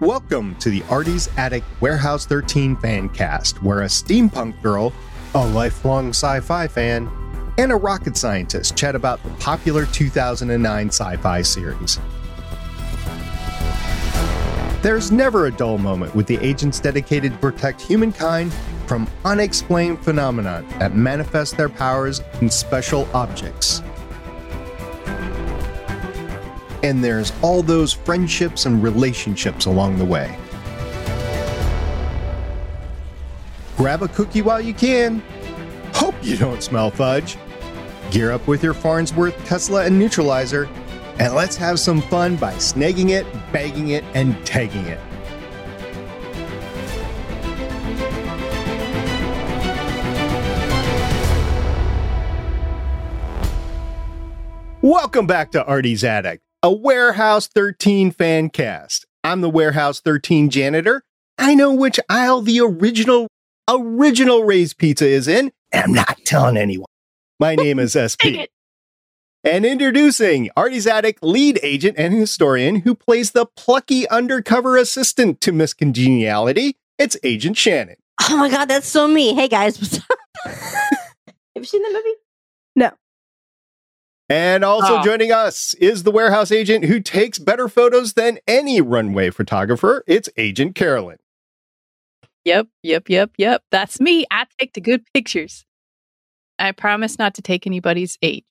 Welcome to the Artie's Attic Warehouse 13 fan cast, where a steampunk girl, a lifelong sci fi fan, and a rocket scientist chat about the popular 2009 sci fi series. There's never a dull moment with the agents dedicated to protect humankind from unexplained phenomena that manifest their powers in special objects. And there's all those friendships and relationships along the way. Grab a cookie while you can. Hope you don't smell fudge. Gear up with your Farnsworth, Tesla, and neutralizer, and let's have some fun by snagging it, bagging it, and tagging it. Welcome back to Artie's Attic, a Warehouse 13 fan cast. I'm the Warehouse 13 janitor. I know which aisle the original original raised pizza is in, and I'm not telling anyone. My name is Dang SP. it. And introducing Artie's Attic lead agent and historian who plays the plucky undercover assistant to Miss Congeniality, it's Agent Shannon. Oh my god, that's so me. Hey guys, what's up? Have you seen the movie? And also Ah. joining us is the warehouse agent who takes better photos than any runway photographer. It's Agent Carolyn. Yep, yep, yep, yep. That's me. I take the good pictures. I promise not to take anybody's age.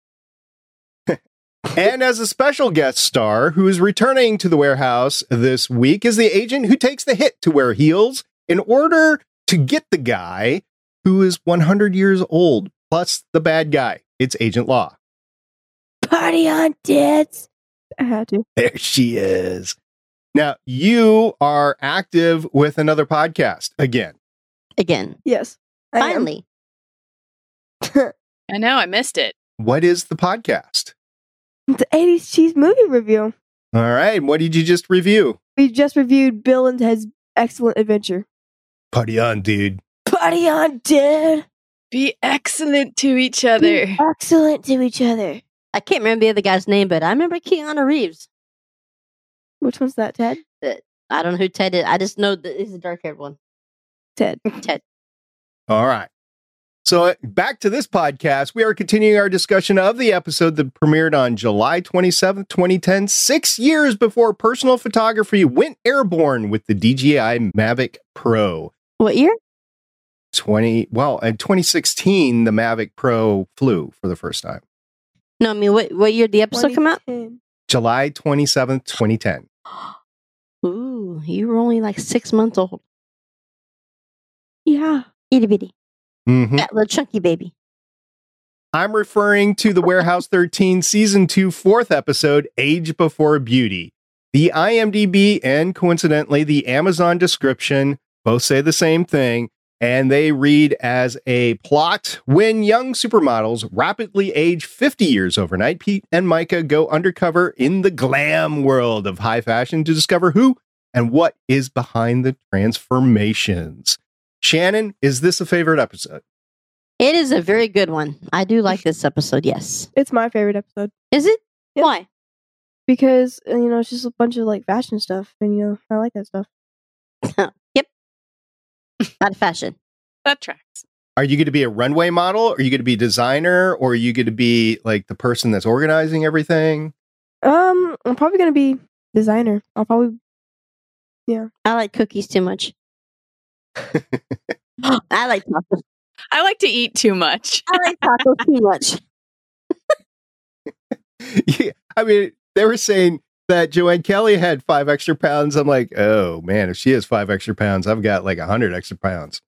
And as a special guest star who is returning to the warehouse this week is the agent who takes the hit to wear heels in order to get the guy who is 100 years old plus the bad guy. It's Agent Law. Party on tits. I had to. There she is. Now, you are active with another podcast again. Again. Yes. I am. Finally. I know I missed it. What is the podcast? The 80s cheese movie review. All right. What did you just review? We just reviewed Bill and Ted's Excellent Adventure. Putty on, dude. Party on, dude! Be excellent to each other. Excellent to each other. I can't remember the other guy's name, but I remember Keanu Reeves. Which one's that, Ted? I don't know who Ted is. I just know that he's the dark haired one. Ted. Ted. All right. So, uh, back to this podcast. We are continuing our discussion of the episode that premiered on July 27th, 2010, six years before personal photography went airborne with the DJI Mavic Pro. What year? 20, well, in 2016, the Mavic Pro flew for the first time. No, I mean what what year did the episode come out? 2010. July 27th, 2010. Ooh, you were only like six months old. Yeah. Itty bitty. Mhm. That little chunky baby. I'm referring to the Warehouse 13 season two fourth episode, Age Before Beauty. The IMDb and coincidentally the Amazon description both say the same thing, and they read as a plot when young supermodels rapidly age 50 years overnight, Pete and Micah go undercover in the glam world of high fashion to discover who and what is behind the transformations. Shannon, is this a favorite episode? It is a very good one. I do like this episode, yes. It's my favorite episode Is it? Yep. Why? because, uh, you know, it's just a bunch of like fashion stuff and, you know, I like that stuff. Out of fashion. That tracks. Are you going to be a runway model? Are you going to be a designer? Or are you going to be like the person that's organizing everything? Um, I'm probably going to be designer. I'll probably. I like cookies too much. I like tacos. I like to eat too much. I like tacos too much. yeah, I mean, they were saying that Joanne Kelly had five extra pounds. I'm like, oh man, if she has five extra pounds, I've got like a hundred extra pounds.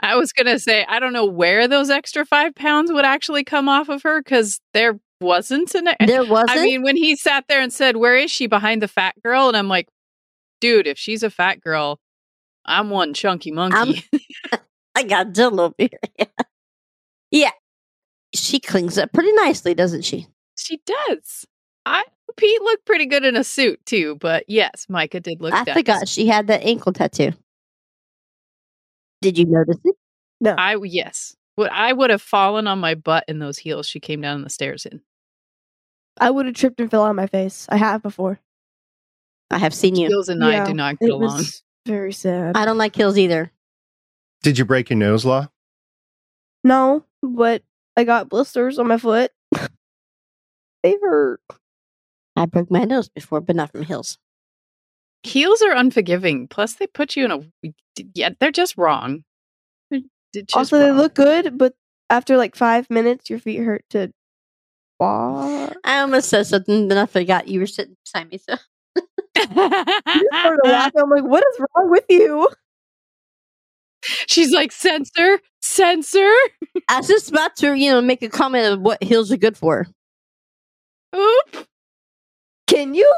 I was going to say, I don't know where those extra five pounds would actually come off of her because there wasn't an. e There wasn't. I mean, when he sat there and said, Where is she behind the fat girl? And I'm like, Dude, if she's a fat girl, I'm one chunky monkey. I got Jill over here. Yeah. yeah. She clings up pretty nicely, doesn't she? She does. I Pete looked pretty good in a suit too, but yes, Micah did look. I dapper. forgot she had that ankle tattoo. Did you notice it? I yes, would I would have fallen on my butt in those heels she came down the stairs in. I would have tripped and fell on my face. I have before. I have seen you. Skills and I Yeah, do not get It along. was very sad. I don't like heels either. Did you break your nose, Law? no, but I got blisters on my foot. they hurt. I broke my nose before, but not from heels. Heels are unforgiving. Plus, they put you in a. Yeah, they're just wrong. They're d- just also, they wrong. look good, but after like five minutes, your feet hurt to walk. I almost said something, then I forgot you were sitting beside me. So I just started laughing. I'm like, what is wrong with you? She's like, censor, censor. I was just about to, you know, make a comment of what heels are good for. Oop. Can you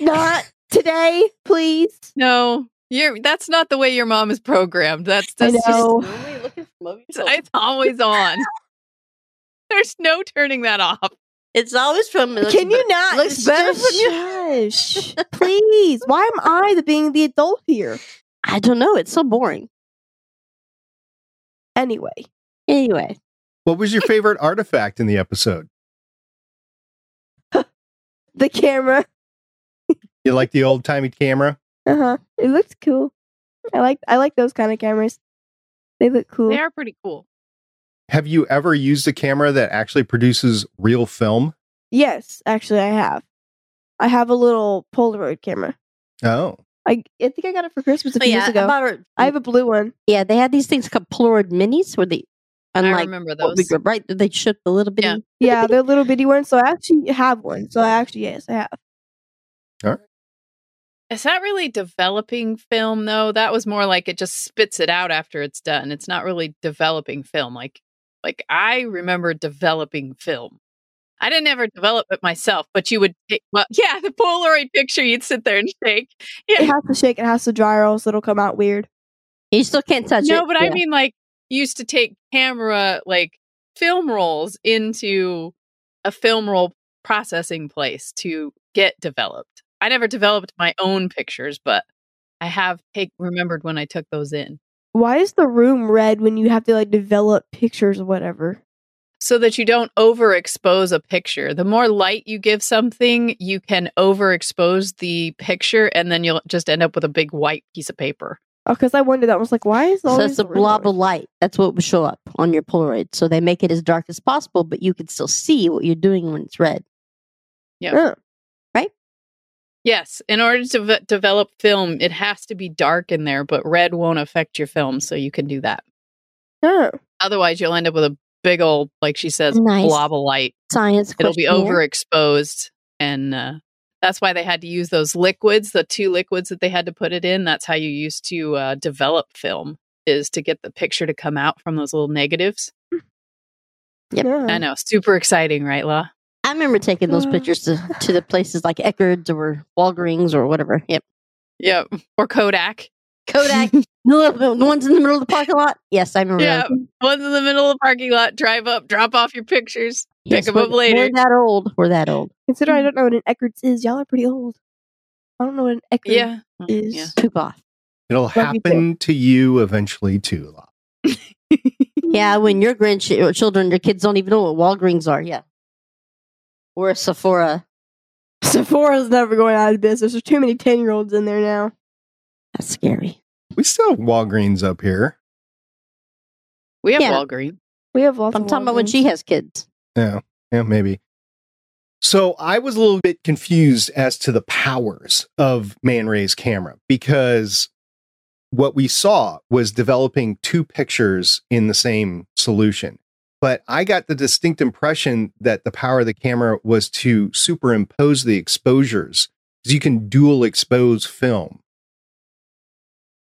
not today, please? No, you're. That's not the way your mom is programmed. That's I that's just- know. Normally looking from over it's, it's always on. There's no turning that off. It's always from. Can you not? looks better just from you. shush, please. Why am I the being the adult here? I don't know. It's so boring. Anyway, Anyway, What was your favorite artifact in the episode? the camera. You like the old timey camera? Uh huh. It looked cool. I like I like those kind of cameras. They look cool. They are pretty cool. Have you ever used a camera that actually produces real film? yes, actually, I have. I have a little Polaroid camera. Oh. I I think I got it for Christmas a Oh, few years yeah, ago. about- I have a blue one. yeah, they had these things called Polaroid Minis, where they, I unlike remember what those. we grew up, right? They shook the little bit. Yeah. Yeah, they're little bitty ones. So I actually have one. So I actually yes, I have. Is that really developing film though? That was more like it just spits it out after it's done. It's not really developing film. Like like I remember developing film. I didn't ever develop it myself, but you would take well yeah, the Polaroid picture you'd sit there and shake. It Yeah. has to shake. It has to dry, or else it'll come out weird. You still can't touch it. No, but I Yeah. mean like you used to take camera like film rolls into a film roll processing place to get developed. I never developed my own pictures, but I have take remembered when I took those in. Why is the room red when you have to like develop pictures or whatever? so that you don't overexpose a picture. The more light you give something, you can overexpose the picture and then you'll just end up with a big white piece of paper. Oh, because I wondered that. I was like, why is So all that's a blob of light. That's what would show up on your Polaroid. So they make it as dark as possible, but you can still see what you're doing when it's red. Yes, in order to v- develop film, it has to be dark in there, but red won't affect your film, so you can do that. Oh, Otherwise, you'll end up with a big old, like she says, Nice. blob of light. Science. It'll be questionnaire. overexposed, and uh, that's why they had to use those liquids, the two liquids that they had to put it in. That's how you used to uh, develop film, is to get the picture to come out from those little negatives. Yep. yeah. I know, super exciting, right, La? I remember taking those Uh. pictures to, to the places like Eckerd's or Walgreens or whatever. Yep. Yep. Or Kodak. Kodak. the, little, the ones in the middle of the parking lot. Yes, I remember. Yeah, those. one's in the middle of the parking lot. Drive up, drop off your pictures. Yes, pick 'em we're- up later. We're that old. We're that old. Consider I don't know what an Eckerd's is. Y'all are pretty old. I don't know what an Eckerd Yeah. Mm, is. Yeah. Poop off. It'll you happen to you eventually too, Law. Yeah, when your grandchildren, your kids don't even know what Walgreens are. Yeah. Or a Sephora. Sephora's never going out of business. There's too many 10 year olds in there now. That's scary. We still have Walgreens up here. We have Yeah. Walgreen. We have lots I'm of talking about when Walgreens. she has kids. Yeah, yeah, maybe. So I was a little bit confused as to the powers of Man Ray's camera because what we saw was developing two pictures in the same solution. But I got the distinct impression that the power of the camera was to superimpose the exposures because you can dual expose film.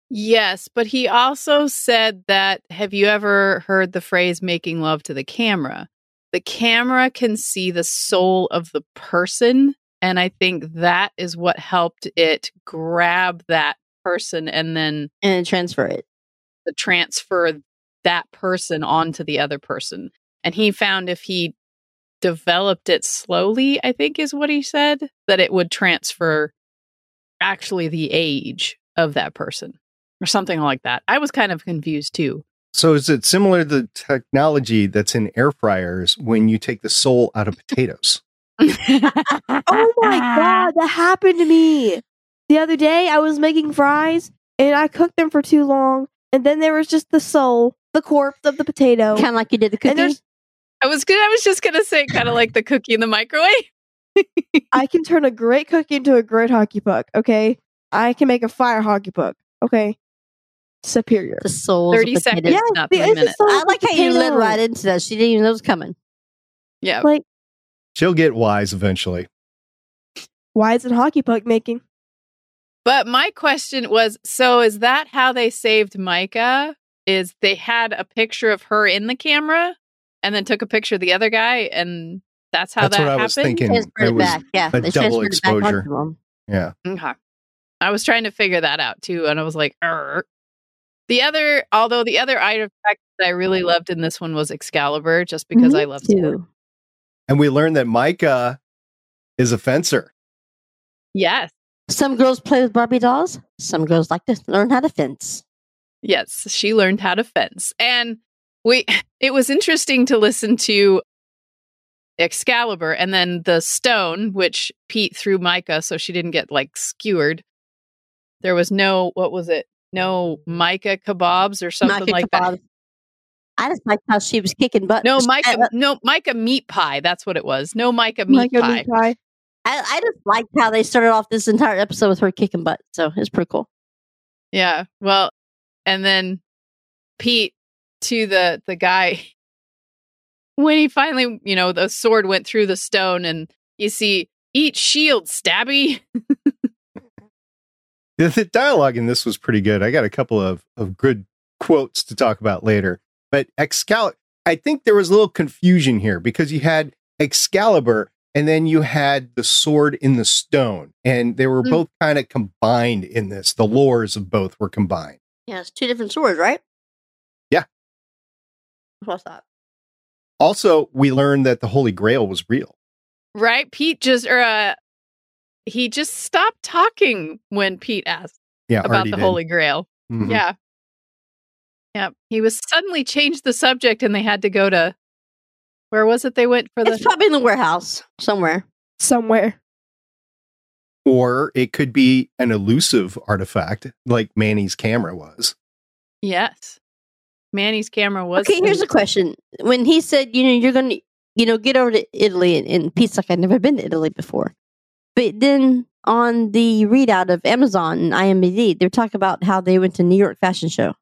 Yes, but he also said that have you ever heard the phrase making love to the camera? The camera can see the soul of the person. And I think that is what helped it grab that person and then And transfer it. the transfer that person onto the other person. And he found if he developed it slowly, I think is what he said, that it would transfer actually the age of that person or something like that. I was kind of confused too. So is it similar to the technology that's in air fryers when you take the soul out of potatoes? Oh my God, that happened to me. The other day, I was making fries and I cooked them for too long, and then there was just the soul, the corpse of the Oh. potato. Kind of like you did the And cookie. there's- I was good. I was just gonna say kind of like the cookie in the microwave. I can turn a great cookie into a great hockey puck. Okay, I can make a fire hockey puck. Okay, superior. The soul. Thirty seconds, Yes, not the three essence minutes. of I the like how you led potato. right into that. She didn't even know it was coming. Yeah, Like She'll get wise eventually. why is it hockey puck making? But my question was so is that how they saved Micah? Is they had a picture of her in the camera and then took a picture of the other guy and that's how That's that what I happened? was thinking. It Transferred it was back. Yeah. a they double transferred it back exposure. onto 'em. Yeah. Okay. I was trying to figure that out too, and I was like, "Er." The other, although the other item fact that I really loved in this one was Excalibur, just because Me I love swords. too. And we learned that Micah is a fencer. Yes, Some girls play with Barbie dolls. Some girls like to learn how to fence. yes, she learned how to fence, and we. It was interesting to listen to Excalibur, and then the stone which Pete threw Micah, so she didn't get like skewered. There was no what was it? No Micah kebabs or something Micah like that. kebabs. I just liked how she was kicking butt. No, She- Micah. I, no, Micah meat pie. That's what it was. No, Micah meat Micah pie. meat pie. I, I just liked how they started off this entire episode with her kicking butt. So it's pretty cool. Yeah. Well, and then Pete to the the guy when he finally, you know, the sword went through the stone, and you see, eat shield, stabby. The, the dialogue in this was pretty good. I got a couple of, of good quotes to talk about later. But Excalibur, I think there was a little confusion here because you had Excalibur and then you had the sword in the stone. And they were Mm. both kind of combined in this. The lores of both were combined. Yeah, it's two different swords, right? Yeah. What's that? Also, we learned that the Holy Grail was real. Right? Pete just or uh, he just stopped talking when Pete asked Yeah. about Artie the did. Holy Grail. Mhm. Yeah. Yeah. He was suddenly changed the subject, and they had to go to where was it? They went for the It's probably in the warehouse somewhere. somewhere. Or it could be an elusive artifact like Manny's camera was. yes. Manny's camera was okay, here's a question. When he said, you know, you're going to, you know, get over to Italy and, and Pete's like, I've never been to Italy before. But then on the readout of Amazon and IMDb, they're talking about how they went to New York Fashion Show.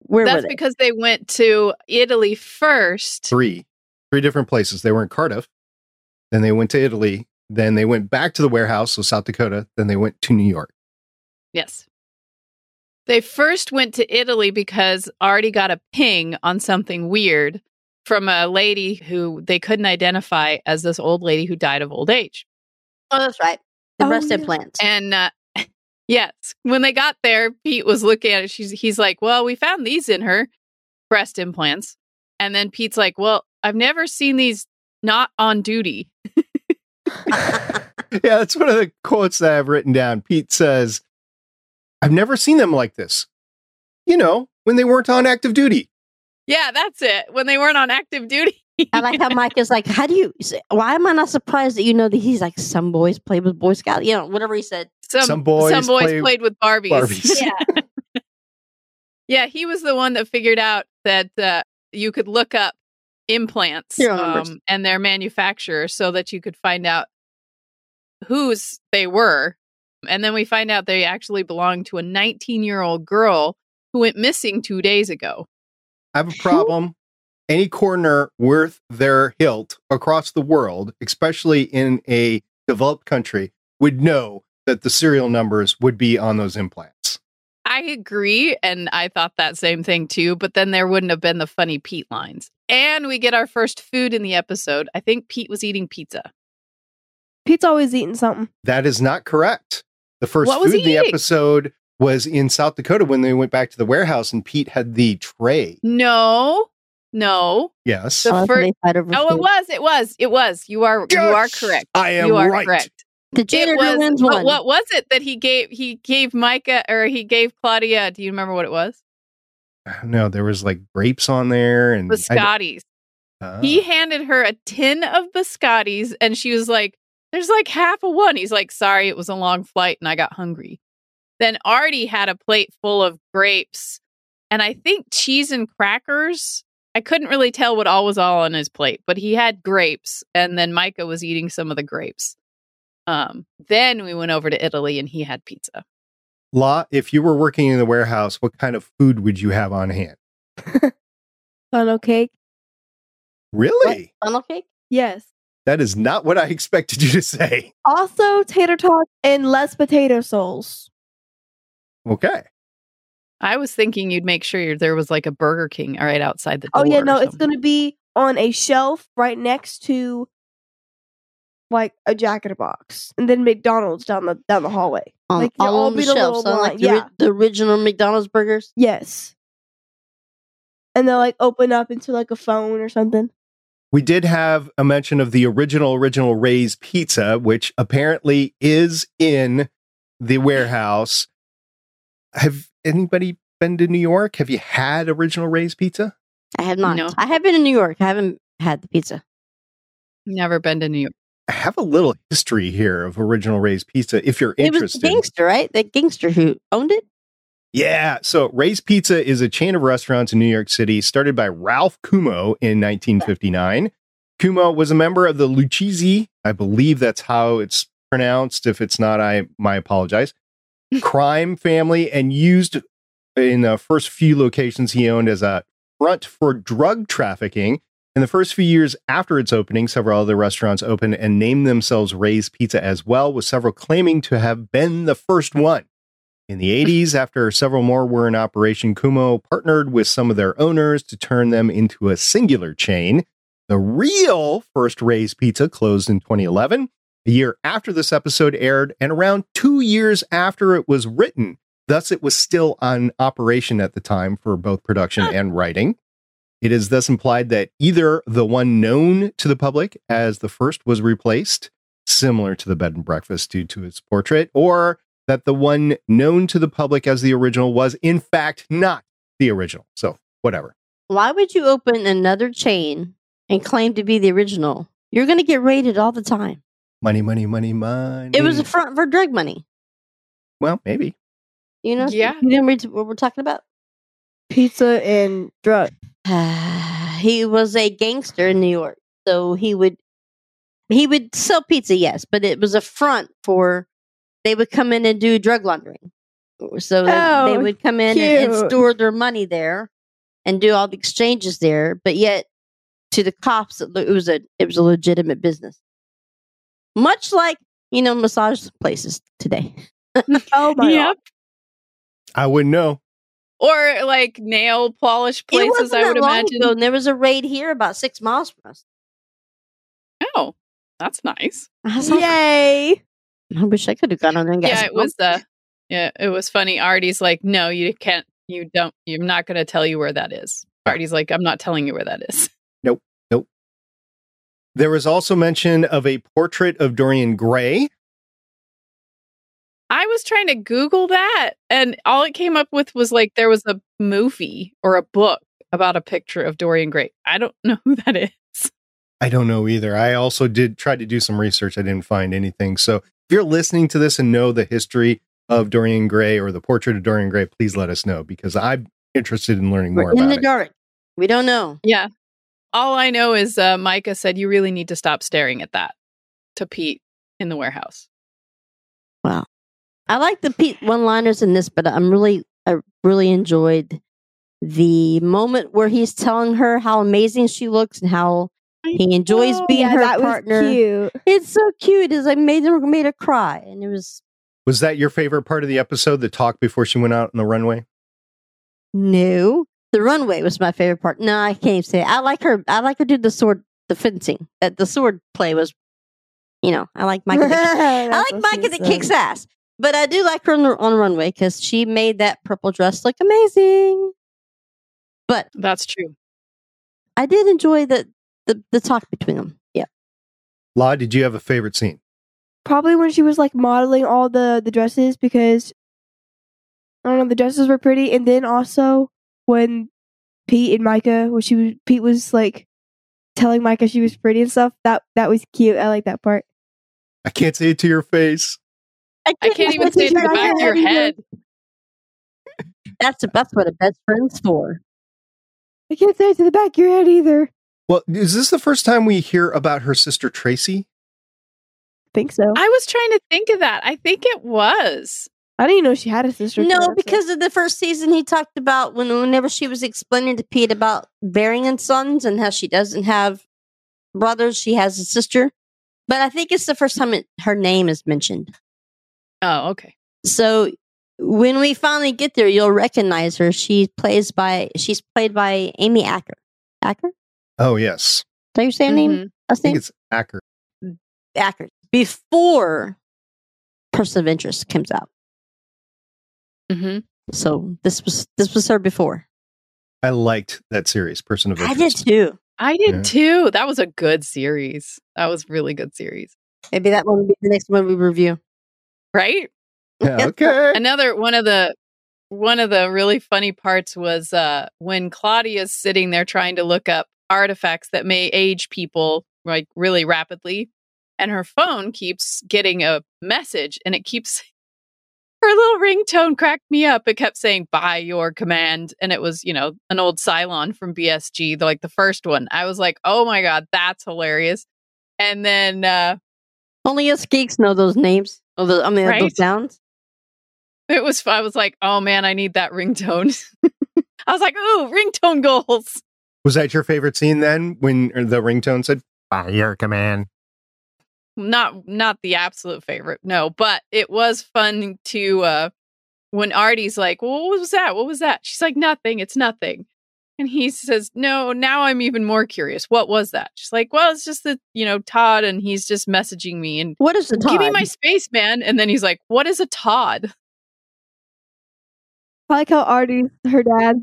Where were That's they? because they went to Italy first. three three different places they were in cardiff then they went to italy then they went back to the warehouse so south dakota then they went to new york Yes. They first went to Italy because already got a ping on something weird from a lady who they couldn't identify as this old lady who died of old age. oh, that's right. The Oh, breast yeah. implants. And uh, yes, when they got there, Pete was looking at it. She's he's like, "Well, we found these in her breast implants." And then Pete's like, "Well, I've never seen these not on duty." yeah that's one of the quotes that i've written down pete says i've never seen them like this you know when they weren't on active duty Yeah, that's it. When they weren't on active duty. I like how Mike is like, how do you, why am I not surprised that you know that he's like, some boys play with Boy Scout, you know, whatever he said. some, Some boys some boys play played with Barbies. Barbies. Yeah. yeah, he was the one that figured out that uh, you could look up implants Serial numbers. um, and their manufacturer so that you could find out whose they were. And then we find out they actually belong to a 19 year old girl who went missing two days ago. i have a problem any coroner worth their hilt across the world especially in a developed country would know that the serial numbers would be on those implants I agree. And I thought that same thing too, but then there wouldn't have been the funny Pete lines. And we get our first food in the episode. I think Pete was eating pizza. Pete's always eating something. That is not correct. The first What food was in he the eating? episode was in South Dakota when they went back to the warehouse and Pete had the tray. No, no. Yes. The Oh, that's when fir- they fight over Oh, food. it was. It was. It was. You are. You are correct. I am You are right. correct. The It janitor was. wins But one. what was it that he gave? He gave Micah or he gave Claudia. Do you remember what it was? No, there was like grapes on there and Biscottis. I- uh, Oh. He handed her a tin of biscottis, and she was like, There's like half a one. He's like, sorry, it was a long flight and I got hungry. Then Artie had a plate full of grapes and I think cheese and crackers. I couldn't really tell what all was all on his plate, but he had grapes and then Micah was eating some of the grapes. Um, then we went over to Italy and he had pizza. Law, if you were working in the warehouse, what kind of food would you have on hand? Funnel cake. Really? Funnel cake? Yes. That is not what I expected you to say. Also, tater tots and less potato souls. Okay. I was thinking you'd make sure there was like a Burger King right outside the Oh door. yeah, or no, it's something. gonna be on a shelf right next to like a Jack in the Box, and then McDonald's down the down the hallway. On, Like, all all on the be the shelves, little on like line, the, ri- yeah. the original McDonald's burgers. Yes, and they'll like open up into like a phone or something. We did have a mention of the original, original Ray's Pizza, which apparently is in the warehouse. Have anybody been to New York? Have you had original Ray's Pizza? I have not. No. I have been in New York. I haven't had the pizza. Never been to New York. I have a little history here of original Ray's Pizza if you're It was the interested. gangster, right? The gangster who owned it. Yeah. So Ray's Pizza is a chain of restaurants in New York City started by Ralph Kumo in 1959. Kumo was a member of the Lucchese. I believe that's how it's pronounced. If it's not, I my apologize. Crime family and used in the first few locations he owned as a front for drug trafficking. In the first few years after its opening, several other restaurants opened and named themselves Ray's Pizza as well, with several claiming to have been the first one. In the 80s, after several more were in operation, Kumo partnered with some of their owners to turn them into a singular chain. The real first Ray's Pizza closed in 2011, a year after this episode aired, and around two years after it was written. Thus, it was still on operation at the time for both production and writing. It is thus implied that either the one known to the public as the first was replaced, similar to the bed and breakfast due to its portrait, or that the one known to the public as the original was in fact not the original. So whatever. Why would you open another chain and claim to be the original? You're going to get raided all the time. Money, money, money, money. It was a front for drug money. well, maybe. You know? Yeah. You didn't read what we're talking about? Pizza and drugs. he was a gangster in New York, so he would he would sell pizza, yes, but it was a front for they would come in and do drug laundering. So they, they Oh, would come in and, and cute. store their money there and do all the exchanges there, but yet to the cops it lo- it was a it was a legitimate business. Much like, you know, massage places today. Oh my god! I wouldn't know. Or like nail polish it places, wasn't I that would long imagine. ago, and there was a raid here about six miles from us. Oh, that's nice. I was like, Yay! I wish I could have gone on there and got yeah, some it was the yeah, it was funny. Artie's like, no, you can't. You don't. I'm not going to tell you where that is. Artie's like, I'm not telling you where that is. There was also mention of a portrait of Dorian Gray. I was trying to Google that, and all it came up with was like there was a movie or a book about a picture of Dorian Gray. I don't know who that is. I don't know either. I also did try to do some research. I didn't find anything. So if you're listening to this and know the history of Dorian Gray or the portrait of Dorian Gray, please let us know because I'm interested in learning more We're in about the it. dark. We don't know. Yeah. All I know is uh, Micah said you really need to stop staring at that to Pete in the warehouse. I like the Pete one-liners in this, but I'm really, I really enjoyed the moment where he's telling her how amazing she looks and how he enjoys know. being yeah, her that partner. was cute. It's so cute. It's like made her made her cry, and it was Was that your favorite part of the episode, the talk before she went out on the runway? no. The runway was my favorite part. No, I can't even say. It. I like her. I like her do the sword, the fencing. That the sword play was, you know, I like Micah. the- I like Micah that kicks ass, but I do like her on, the- on runway because she made that purple dress look amazing. But That's true. I did enjoy the the, the talk between them. Yeah, La, did you have a favorite scene? Probably when she was like modeling all the the dresses because I don't know the dresses were pretty, and then also when Pete and Micah, when she was Pete was like telling Micah she was pretty and stuff. That that was cute. I like that part. I can't say it to your face. I can't even say it to the back of your head. That's that's what a best friend's for. I can't say it to the back of your head either. Well, is this the first time we hear about her sister Tracy? think so. I, I was trying to think of that. I think it was. didn't even know she had a sister. till No, that, so- because of the first season, he talked about when whenever she was explaining to Pete about bearing and sons and how she doesn't have brothers, she has a sister. But I think it's the first time it, her name is mentioned. Oh, okay. So when we finally get there, you'll recognize her. She plays by she's played by Amy Acker. Acker? Oh yes, Did you say her name? Mhm. I I think think it's Acker. Acker. Before Person of Interest comes out. Mhm. So this was this was her before. I liked that series, Person of I Interest. did too. I did Yeah. too. That was a good series. That was really good series. Maybe that one will be the next one we review. Right? Yeah, okay. Another one of the one of the really funny parts was uh when Claudia's sitting there trying to look up artifacts that may age people like really rapidly and her phone keeps getting a message and it keeps her little ringtone cracked me up. It kept saying by your command and it was, you know, an old Cylon from BSG, the, like the first one. I was like, "Oh my god, that's hilarious." And then uh Only us geeks know those names. Or the, I mean, Right. those sounds. It was. I was like, oh man, I need that ringtone. I was like, ooh, ringtone goals. Was that your favorite scene then when the ringtone said, Fire Command? Not not the absolute favorite, no, but it was fun to uh when Artie's like, well, what was that? What was that? She's like, nothing. It's nothing. And he says, no. Now I'm even more curious. What was that? She's like, well, it's just that you know Todd, and he's just messaging me and What is the Todd? give me my space, man. And then he's like, what is a Todd? I like how Artie, her dad.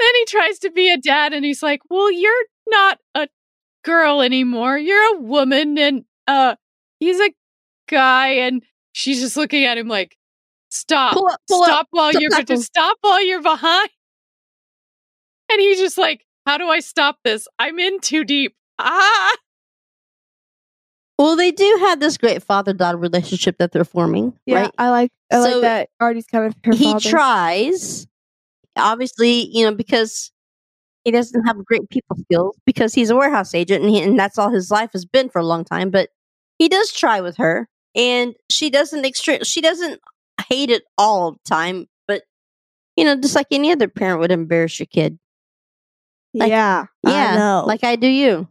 Then he tries to be a dad and he's like, Well, you're not a girl anymore. You're a woman and uh he's a guy and she's just looking at him like, Stop. Pull up, pull stop while Stop you're laughing." stop while you're behind. And he's just like, How do I stop this? I'm in too deep. Ah Well, they do have this great father-daughter relationship that they're forming, Yeah, right? I like. I So- like that Artie's kind of her he father. tries, obviously, you know, because he doesn't have great people skills because he's a warehouse agent and, he, and that's all his life has been for a long time. But he does try with her, and she doesn't extre- She doesn't hate it all the time, but you know, just like any other parent would embarrass your kid. Like- yeah, Yeah, I know. like I do you.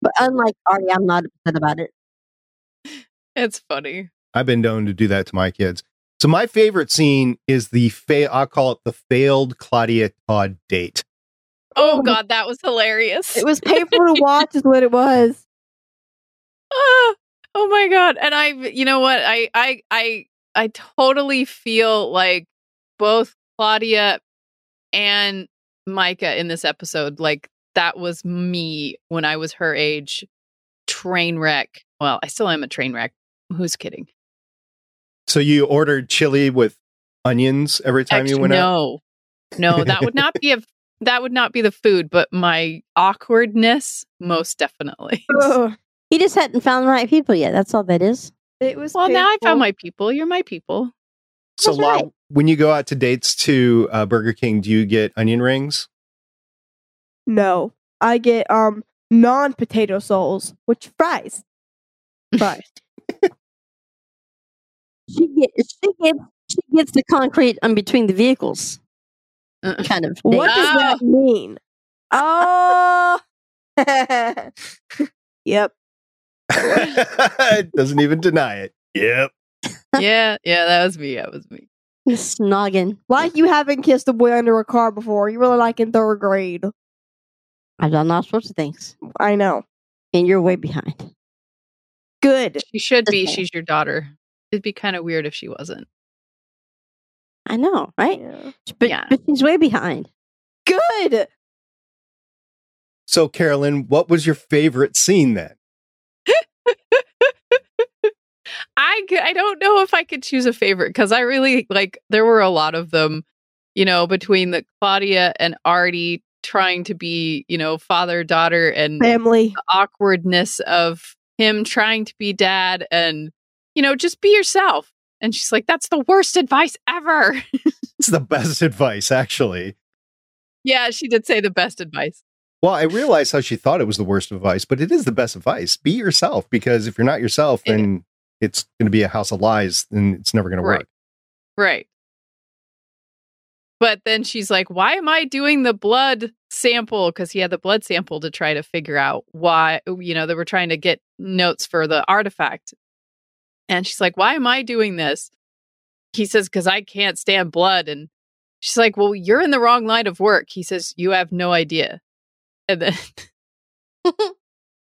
But unlike Artie, I'm not upset about it. It's funny. I've been known to do that to my kids. So my favorite scene is the fail. I call it the failed Claudia Todd date. Oh god, that was hilarious. it was painful to watch, is what it was. Ah, oh my god and i you know what i i i i totally feel like both claudia and micah in this episode like that was me when i was her age train wreck well i still am a train wreck who's kidding So you ordered chili with onions every time you Actually, went out. no no that would not be a that would not be the food but my awkwardness most definitely Ugh. He just hadn't found the right people yet. That's all that is. It was. well now i painful. found my people you're my people So That's Lau, right. when you go out to dates to uh, Burger King, do you get onion rings? No, I get um non potato souls, which fries. Fries. She gets she gets she gets the concrete in between the vehicles. Uh-uh. Kind of. what date. does that mean? Oh. yep. Doesn't even deny it. Yep. yeah yeah that was me that was me snogging? Like you haven't kissed a boy under a car before. You were like in third grade. I've done all sorts of things, I know. and you're way behind. Good. She should be. Okay. She's your daughter. It'd be kind of weird if she wasn't. I know, right? Yeah. But, Yeah. but she's way behind. Good. So Carolyn, what was your favorite scene then? I c- I don't know if I could choose a favorite because I really like. There were a lot of them, you know, between the Claudia and Artie trying to be, you know, father daughter and Family. awkwardness of him trying to be dad and, you know, just be yourself. And she's like, that's the worst advice ever. It's the best advice, actually. yeah, she did say the best advice. Well, I realize how she thought it was the worst advice, but it is the best advice. Be yourself because if you're not yourself, It- then it's going to be a house of lies and it's never going to work. Right. But then she's like, why am I doing the blood sample? Because he had the blood sample to try to figure out why, oh, you know, they were trying to get notes for the artifact. And she's like, why am I doing this? He says, because I can't stand blood. And she's like, well, you're in the wrong line of work. He says, you have no idea. And then,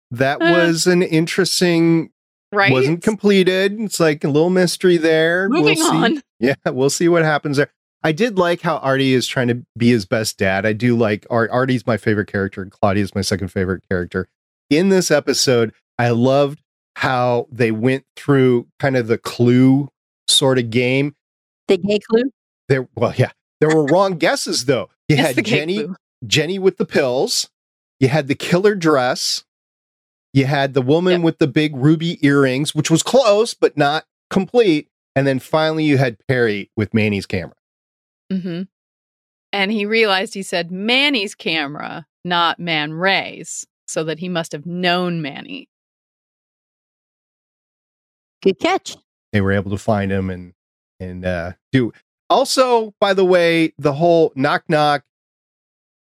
That Uh. was an interesting, right? wasn't completed. It's like a little mystery there. We'll Moving see. on. Yeah, we'll see what happens there. I did like how Artie is trying to be his best dad. I do like Art. Artie's my favorite character, and Claudia is my second favorite character. In this episode, I loved how they went through kind of the clue sort of game. The gay clue. There, well, yeah, there were wrong guesses though. You It's had the cake Jenny, boo. Jenny with the pills. You had the killer dress. You had the woman Yep. with the big ruby earrings, which was close but not complete. And then finally, you had Perry with Manny's camera. hmm And he realized he said Manny's camera, not Man Ray's, so that he must have known Manny. Good catch. they were able to find him and and uh do also by the way the whole knock knock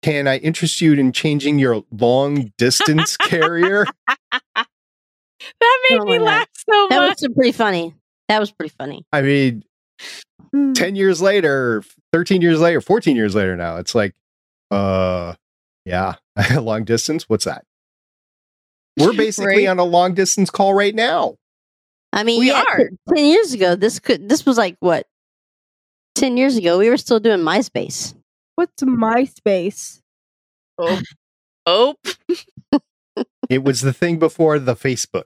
can i interest you in changing your long distance carrier That made Oh me my God. laugh so That much. was pretty funny. That was pretty funny. i mean 10 years later 13 years later 14 years later now it's like uh yeah long distance what's that we're basically Right. on a long distance call right now I mean, We yeah, are. t- ten years ago. This could. This was like what? Ten years ago, we were still doing MySpace. What's MySpace? Oh, oh, it was the thing before the facebook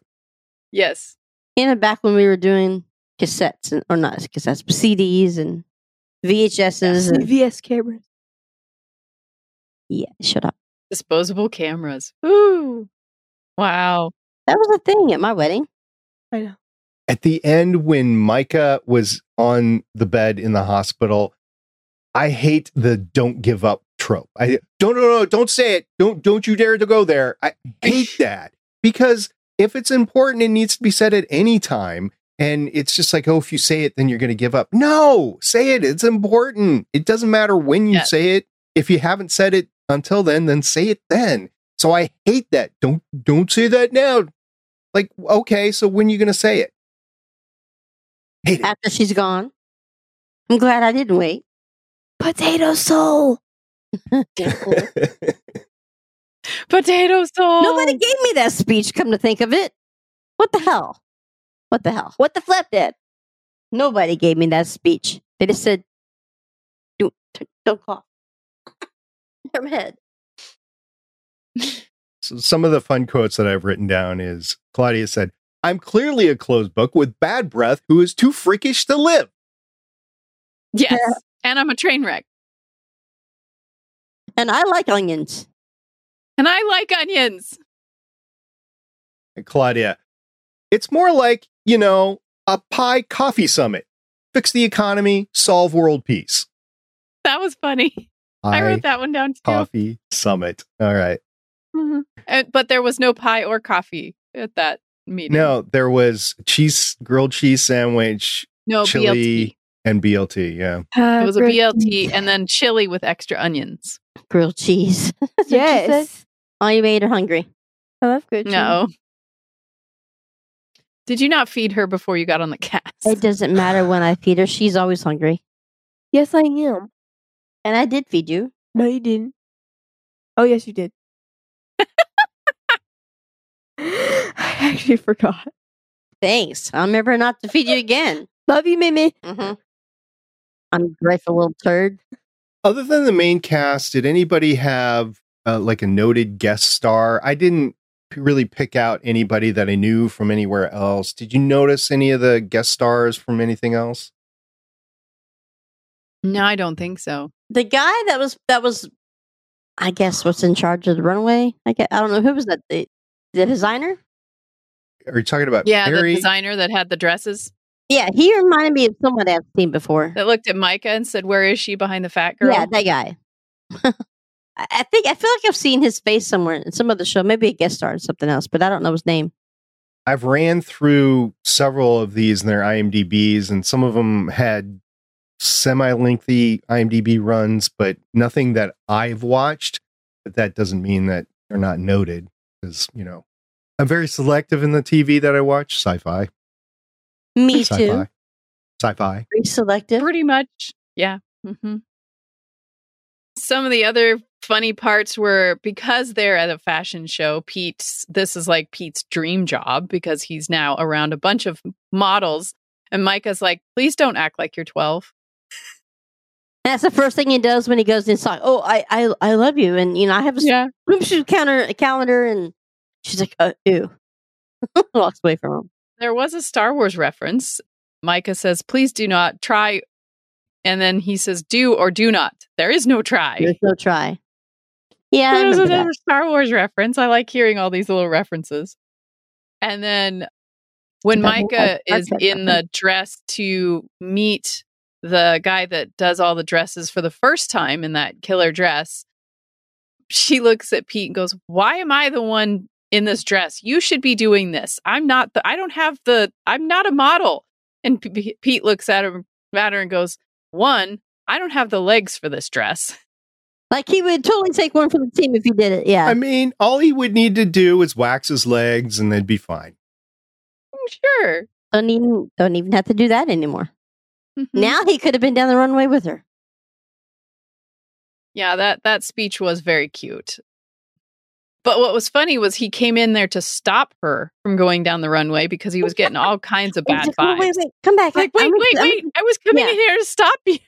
yes. And back when we were doing cassettes and, or not cassettes, but CDs and VHSs and VS cameras. yeah, shut up. Disposable cameras. Ooh. Wow. That was a thing at my wedding. I know. at the end when Micah was on the bed in the hospital, I hate the don't give up trope. I don't no no don't say it. Don't don't you dare to go there. I hate that because if it's important it needs to be said at any time and it's just like oh if you say it then you're going to give up. No, say it. It's important. It doesn't matter when you Yeah. say it. If you haven't said it until then, then say it then. So I hate that. Don't don't say that now. Like okay, so when you going to say it? Hate it. After she's gone, I'm glad I didn't wait. Potato soul. Potato soul. Nobody Oh. gave me that speech, come to think of it. What the hell? What the hell? What the flip did? Nobody gave me that speech. They just said, don't, don't cough. Her head. So some of the fun quotes that I've written down is Claudia said, I'm clearly a closed book with bad breath who is too freakish to live. Yes. And I'm a train wreck. And I like onions. And I like onions. And Claudia, it's more like, you know, a pie coffee summit. Fix the economy, solve world peace. That was funny. I Pie wrote that one down too. coffee summit. All right. Mhm. And- but there was no pie or coffee at that meeting. No, there was cheese, grilled cheese sandwich No chili. BLT. and BLT. Yeah. It was a BLT and then chili with extra onions. Grilled cheese. That's what she said. Yes. Oh, you made her hungry. I love grilled cheese. No. Did you not feed her before you got on the cast? It doesn't matter when I feed her. She's always hungry. Yes, I am. And I did feed you. No, you didn't. Oh, yes, you did. I actually forgot. Thanks. I'll remember not to feed you again. Love you, Mimi. Mm-hmm. I'm grateful little turd. other than the main cast, did anybody have uh, like a noted guest star? I didn't p- really pick out anybody that I knew from anywhere else. Did you notice any of the guest stars from anything else? no, I don't think so. the guy that was that was i guess was in charge of the runway i guess i don't know who was that the, the designer Are you talking Uh, about Yeah, the Barry? designer that had the dresses Yeah, he reminded me of someone I've seen before. that looked at Micah and said, "Where is she behind the fat girl?" Yeah, that guy. I- I think I feel like I've seen his face somewhere in some other show. Maybe a guest star in something else, but I don't know his name. I've ran through several of these in their IMDb's, and some of them had semi-lengthy IMDb runs, but nothing that I've watched. But that doesn't mean that they're not noted, because you know I'm very selective in the TV that I watch. Sci-fi, Me too. sci-fi, sci-fi. Very selective. pretty much. Yeah. hmm Some of the other funny parts were because they're at a fashion show, Pete's, this is like Pete's dream job because he's now around a bunch of models. And Micah's like, please don't act like you're 12. And that's the first thing he does when he goes inside. Oh, I, I, I love you, and you know I have a Yeah. swimsuit counter a calendar, and she's like, uh, ew, walks away from him. There was a Star Wars reference. Micah says, please do not try. And then he says, do or do not. There is no try. There's no try. Yeah, I That was remember that. another Star Wars reference. I like hearing all these little references. And then when That whole Micah Star is Trek in the dress to meet the guy that does all the dresses for the first time in that killer dress, she looks at Pete and goes, "Why am I the one in this dress? You should be doing this. I'm not the I don't have the I'm not a model." And P- P- Pete looks at her at her and goes, "One, I don't have the legs for this dress." Like he would totally take one for the team if he did it. Yeah, I mean, all he would need to do is wax his legs, and they'd be fine. Sure. don't even don't even have to do that anymore. Mm-hmm. Hmm. Now he could have been down the runway with her. Yeah, that that speech was very cute. But what was funny was he came in there to stop her from going down the runway because he was getting all kinds of It's bad like, oh, vibes. wait, wait, come back! Like, I- wait, I'm wait, gonna- I'm wait! I was coming yeah. in here to stop you.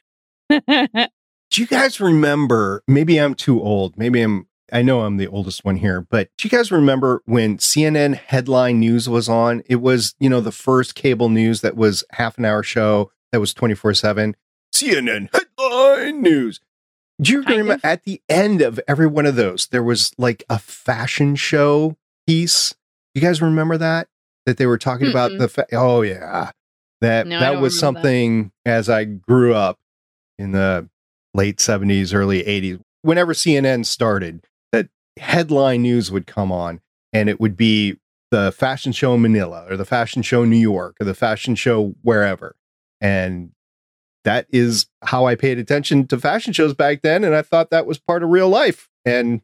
Do you guys remember? Maybe I'm too old. Maybe I'm. I know I'm the oldest one here, but do you guys remember when CNN headline news was on? It was, you know, the first cable news that was half an hour show that was 24 7. CNN headline news. Do you Kind remember of. at the end of every one of those, there was like a fashion show piece? You guys remember that? That they were talking about Mm-mm. the, fa- oh, yeah. That, No, I that don't was remember that. something as I grew up in the late 70s, early 80s, whenever CNN started, that headline news would come on and it would be the fashion show in Manila or the fashion show in New York or the fashion show wherever. And that is how I paid attention to fashion shows back then. And I thought that was part of real life. And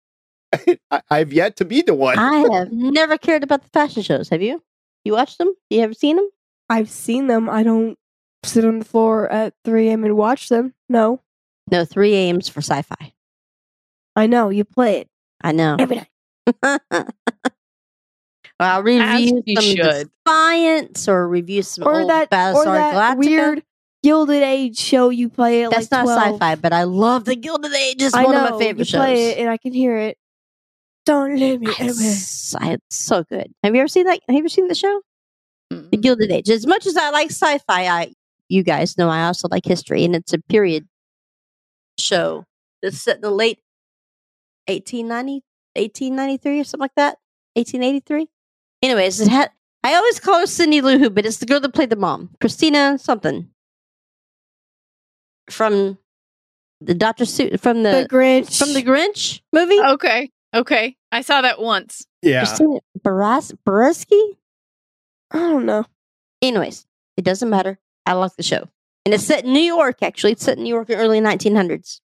I, I've yet to be to one. I have never cared about the fashion shows. Have you? You watched them? You ever seen them? I've seen them. I don't sit on the floor at 3 a.m. and watch them. No, No, 3 a.m.'s for sci fi. I know you play it I know. every night. well, I'll review you some should. Defiance or review some Or old that, Battlestar or that Galactica. weird Gilded Age show you play at That's like not 12. sci fi, but I love The Gilded Age. It's I one know of my favorite you shows. play it and I can hear it. Don't leave me. alone. It's, it's so good. Have you ever seen that? Have you ever seen the show? The Mm. Gilded Age. As much as I like sci fi, I you guys know I also like history, and it's a period show that's set in the late 1890, 1893 or something like that. 1883. Anyways, it had. I always call her Cindy Lou Who, but it's the girl that played the mom, Christina something, from the Doctor Sue from The the, Grinch. from the Grinch movie. okay, okay. I saw that once. yeah. Christina Baras- Baranski? I don't know. Anyways, it doesn't matter. I like the show. And it's set in New York, actually. It's set in New York in the early 1900s.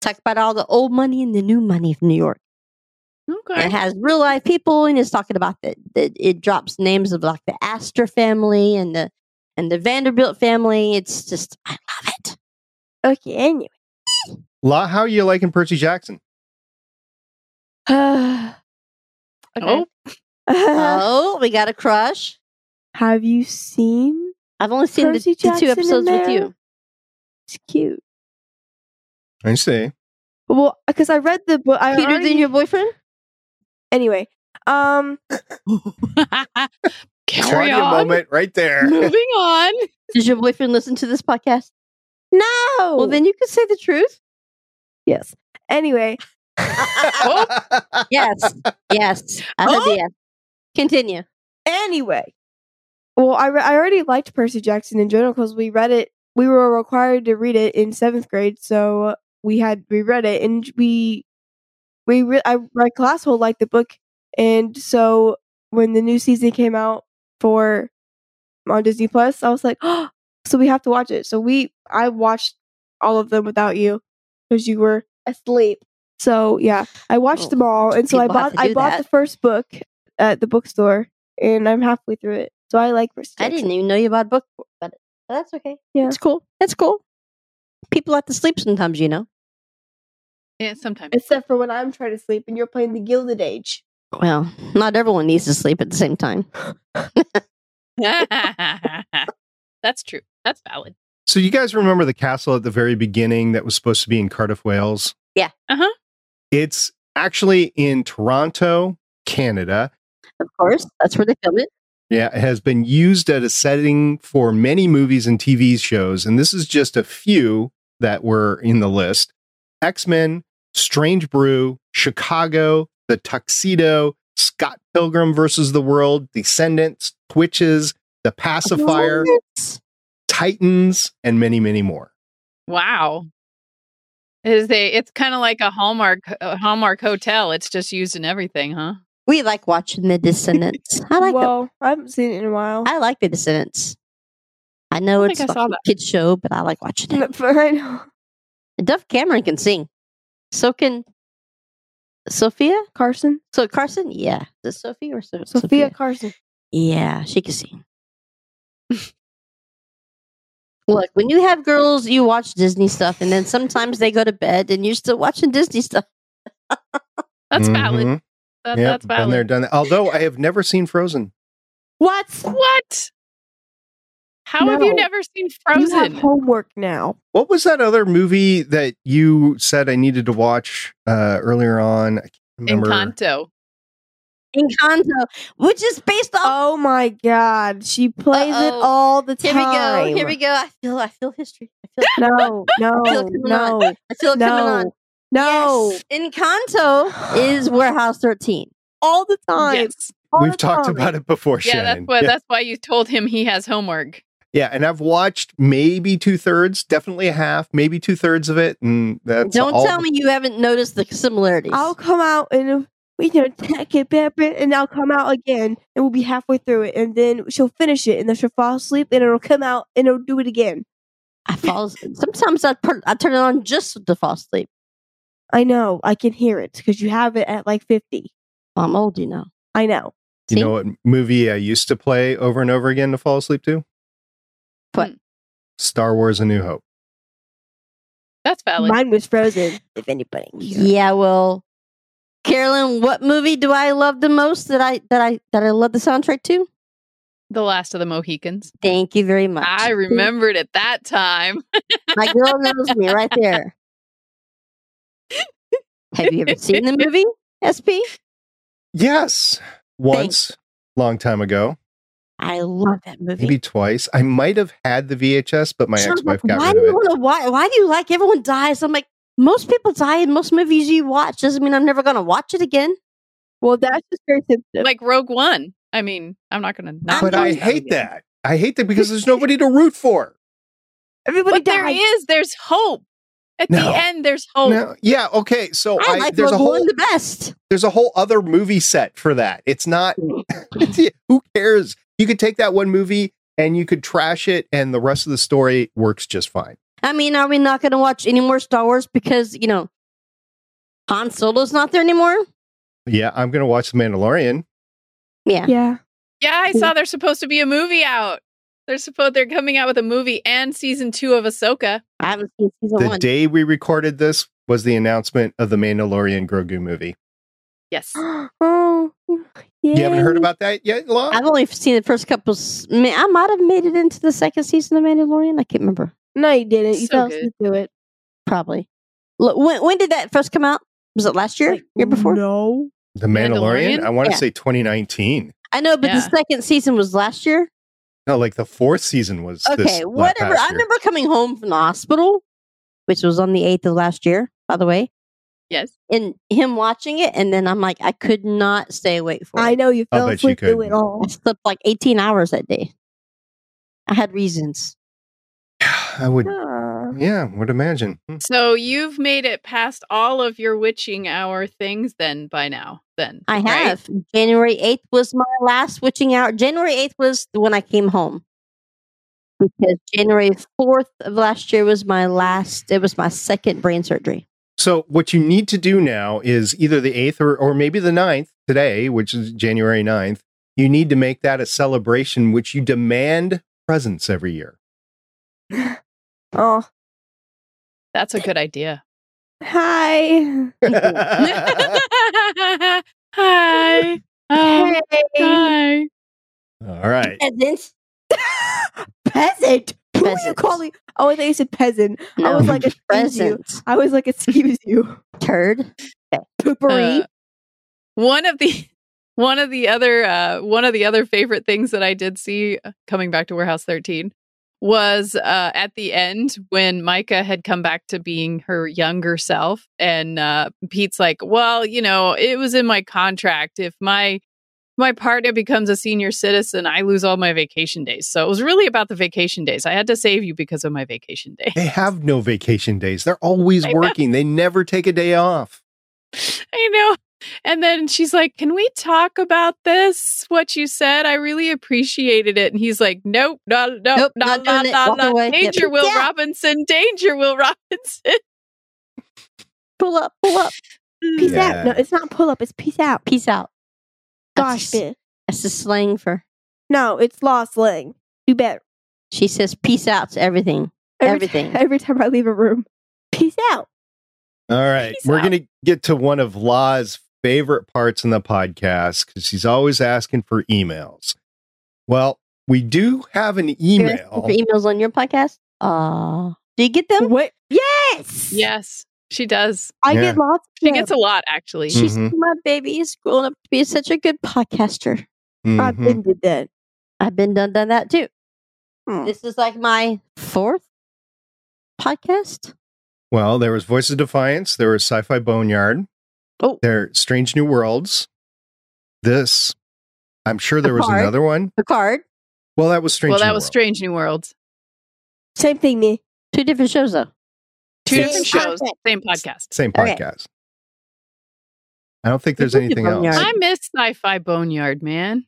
Talks about all the old money and the new money of New York. And Okay. it has real life people, and it's talking about the, the it drops names of like the Astor family and the and the Vanderbilt family. It's just I love it. Okay, anyway. La, how you liking Percy Jackson? Oh, Uh-huh. oh, we got a crush. Have you seen? I've only seen the, Percy the Jackson two in episodes with there? you. It's cute. I see. Well, because I read the book. I Peter already- than your boyfriend? anyway. Um, carry Claudia on. moment right there. Moving on. Does your boyfriend listen to this podcast? no. Well, then you can say the truth. yes. Anyway, yes, yes. I heard Oh. the yes. Continue. Anyway, well, I, re- I already liked Percy Jackson in general because we read it. We were required to read it in seventh grade, so we had we read it, and we we re- I my class will like the book, and so when the new season came out for on Disney Plus, I was like, oh, so we have to watch it. So we I watched all of them without you because you were asleep. So yeah, I watched Oh, them all, and so I people have bought to I do bought that. the first book at the bookstore, and I'm halfway through it. So I like Percy. I Jackson. didn't e even know you bought a book about it. But that's okay. Yeah. It's cool. It's cool. People have to sleep sometimes, you know. Yeah, sometimes. except for when I'm trying to sleep and you're playing the Gilded Age. Well, not everyone needs to sleep at the same time. That's true. That's valid. So you guys remember the castle at the very beginning that was supposed to be in Cardiff, Wales? Yeah. Uh-huh. It's actually in Toronto, Canada. Of course, that's where they film it. Hmm. Yeah, it has been used as a setting for many movies and TV shows, and this is just a few that were in the list. X-Men, Strange Brew, Chicago, The Tuxedo, Scott Pilgrim versus the World, Descendants, Twitches, The Pacifier, What? Titans, and many, many more. Wow. It is a, it's kind of like a Hallmark a Hallmark hotel. It's just used in everything, huh? We like watching The Descendants. I like the, well, I haven't seen it in a while. I like The Descendants. I know I it's think I like saw a that. kid's show, but I like watching it. But I know. Duff Cameron can sing. So can Sophia. Carson, So Carson, yeah. Is it Sophie or so- Sophia, Carson. Yeah, she can sing. Look, when you have girls, you watch Disney stuff, and then sometimes they go to bed, and you're still watching Disney stuff. Mm-hmm. That's valid. Mhm. That, Yep, that's been there, valid. done that. Although I have never seen Frozen. What? What? How have you No. never seen You have Frozen? homework now. What was that other movie that you said I needed to watch uh, earlier on? I can't remember. Encanto. Encanto, which is based off. Oh my God, she plays it Uh-oh. all the here Oh, time. we go. Here we go. I feel. I feel history. I feel. No, no, Feel coming on. no, I feel it coming on. no, no. Yes. Encanto is Warehouse 13. All the time. Yes. All We've the talked time. about it before, Yeah, Shannon. that's why yeah. that's why you told him he has homework. Yeah, and I've watched maybe two thirds, definitely a half, maybe two thirds of it, and that's Don't all- tell me you haven't noticed the similarities. I'll come out and we can attack it, bam, bam, and I'll come out again, and we'll be halfway through it, and then she'll finish it, and then she'll fall asleep, and it'll come out, and it'll do it again. I fall. Sometimes I put. I turn it on just to fall asleep. I know. I can hear it because you have it at like 50. I'm old, you know. I know. You See? know what movie I used to play over and over again to fall asleep to? Hmm, What? Star Wars: A New Hope. That's valid. Mine was frozen, if anybody. Yeah. Yeah, well, Carolyn, what movie do I love the most that I that I that I love the soundtrack to? the Last of the Mohicans. Thank you very much. I remembered at that time. My girl knows me right there. Have you ever seen the movie SP? Yes, once, long time ago, I love that movie. maybe twice. I might have had the VHS, but my So I'm ex-wife like, got why rid do of you it. wanna- why, why do you like everyone dies? I'm like, most people die in most movies you watch. Doesn't mean I'm never gonna watch it again. Well, that's just very sensitive. Like Rogue One. I mean, I'm not gonna not But I watch hate again. that. I hate that because there's nobody to root for. Everybody But there dies. is there's hope. At No. the end there's hope. No, yeah, okay. So Oh. I Oh, I, like there's a Rogue whole One the best. there's a whole other movie set for that. It's not who cares? You could take that one movie and you could trash it and the rest of the story works just fine. I mean, are we not gonna watch any more Star Wars because you know Han Solo's not there anymore? Yeah, I'm going to watch The Mandalorian. Yeah. Yeah. Yeah, I saw there's supposed to be a movie out. They're supposed they're coming out with a movie and season two of Ahsoka. I haven't seen season The one. day we recorded this was the announcement of the Mandalorian Grogu movie. Yes. oh. Yeah. You haven't heard about that yet, Law? I've only seen the first couple. s- ma- I might have made it into the second season of Mandalorian. I can't remember. No, you didn't. You So fell good. asleep to it. Probably. Look, when, when did that first come out? Was it last year? Like, year before? No. The Mandalorian? Mandalorian? I want to Yeah. say 2019. I know, but the Yeah. second season was last year. No, like the fourth season was. this Okay, la- whatever. past I year. remember coming home from the hospital, which was on the eighth of last year, by the way. Yes. and him watching it, and then I'm like, I could not stay awake for it. I know you I'll fell bet you asleep through couldn't. it all. I slept like 18 hours that day. I had reasons. I would, Ah. yeah, would imagine. Hmm. So you've made it past all of your witching hour things then by now. Then I right? have. January 8th was my last switching out. January 8th was when I came home. Because January 4th of last year was my last, it was my second brain surgery. So what you need to do now is either the 8th or, or maybe the 9th today, which is January 9th, you need to make that a celebration, which you demand presents every year. Oh, That's a good idea. hi. All Hi. Hi. Hey. Oh, Hi. right. Peasants. peasant. Who are you Peasant. calling? Oh, I thought you said peasant. I was like, excuse you. presents. I was like, excuse you. Turd. Poopery. Uh, one of the one of the other uh, one of the other favorite things that I did see uh, coming back to Warehouse 13 was uh, at the end when Micah had come back to being her younger self, and uh, Pete's like, "Well, you know, it was in my contract. If my my partner becomes a senior citizen, I lose all my vacation days. So it was really about the vacation days. I had to save you because of my vacation day. They have no vacation days. They're always I know. working. They never take a day off. I know. And then she's like, Can we talk about this? What you said? I really appreciated it. And he's like, Nope, no, no, Nope, no, not no, doing it. no, Walk no. away. Yep. Danger, Will Yeah. Robinson. Danger, Will Robinson. Pull up, pull up. peace Yeah. out. No, it's not pull up. It's peace out. Peace out. Gosh, That's a, s- bitch. that's a slang for. No, it's law slang. Do better. She says peace out to everything. Every ti- Everything. every time I leave a room. Peace out. All right. Peace We're out. going to get to one of La's favorite parts in the podcast because she's always asking for emails. Well, we do have an You're asking email. For emails on your podcast. Uh, do you get them? What? Yes. Yes, she does. I Yeah. get lots. She gets a lot, actually. Mm. She's Mhm. my baby. Is growing up to be such a good podcaster. I've Mhm. been did that. I've been done done that too. Hmm. This is like my fourth podcast. Well, there was Voice of Defiance, there was Sci Fi Boneyard, Oh. there Strange New Worlds. This, I'm sure there was Picard. another one. Picard. Well, that was Strange. Well, New that was World. Strange New Worlds. Same thing, me. Two different shows though. Two Same different shows, content. same podcast. Same Okay. podcast. I don't think We there's did do anything else. Boneyard. I miss sci fi Boneyard, man.